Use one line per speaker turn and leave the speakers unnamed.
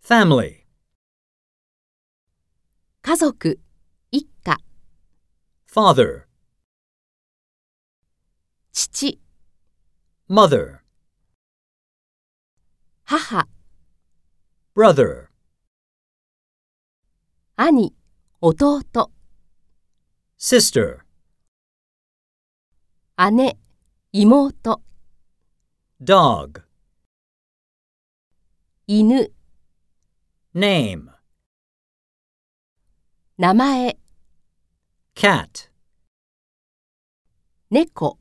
Family.
家族、一家、
Father.
父、
Mother.
母、
Brother.
兄、弟、
Sister.
姉、妹、
Dog.
犬、
Name.
名前、
Cat.
猫。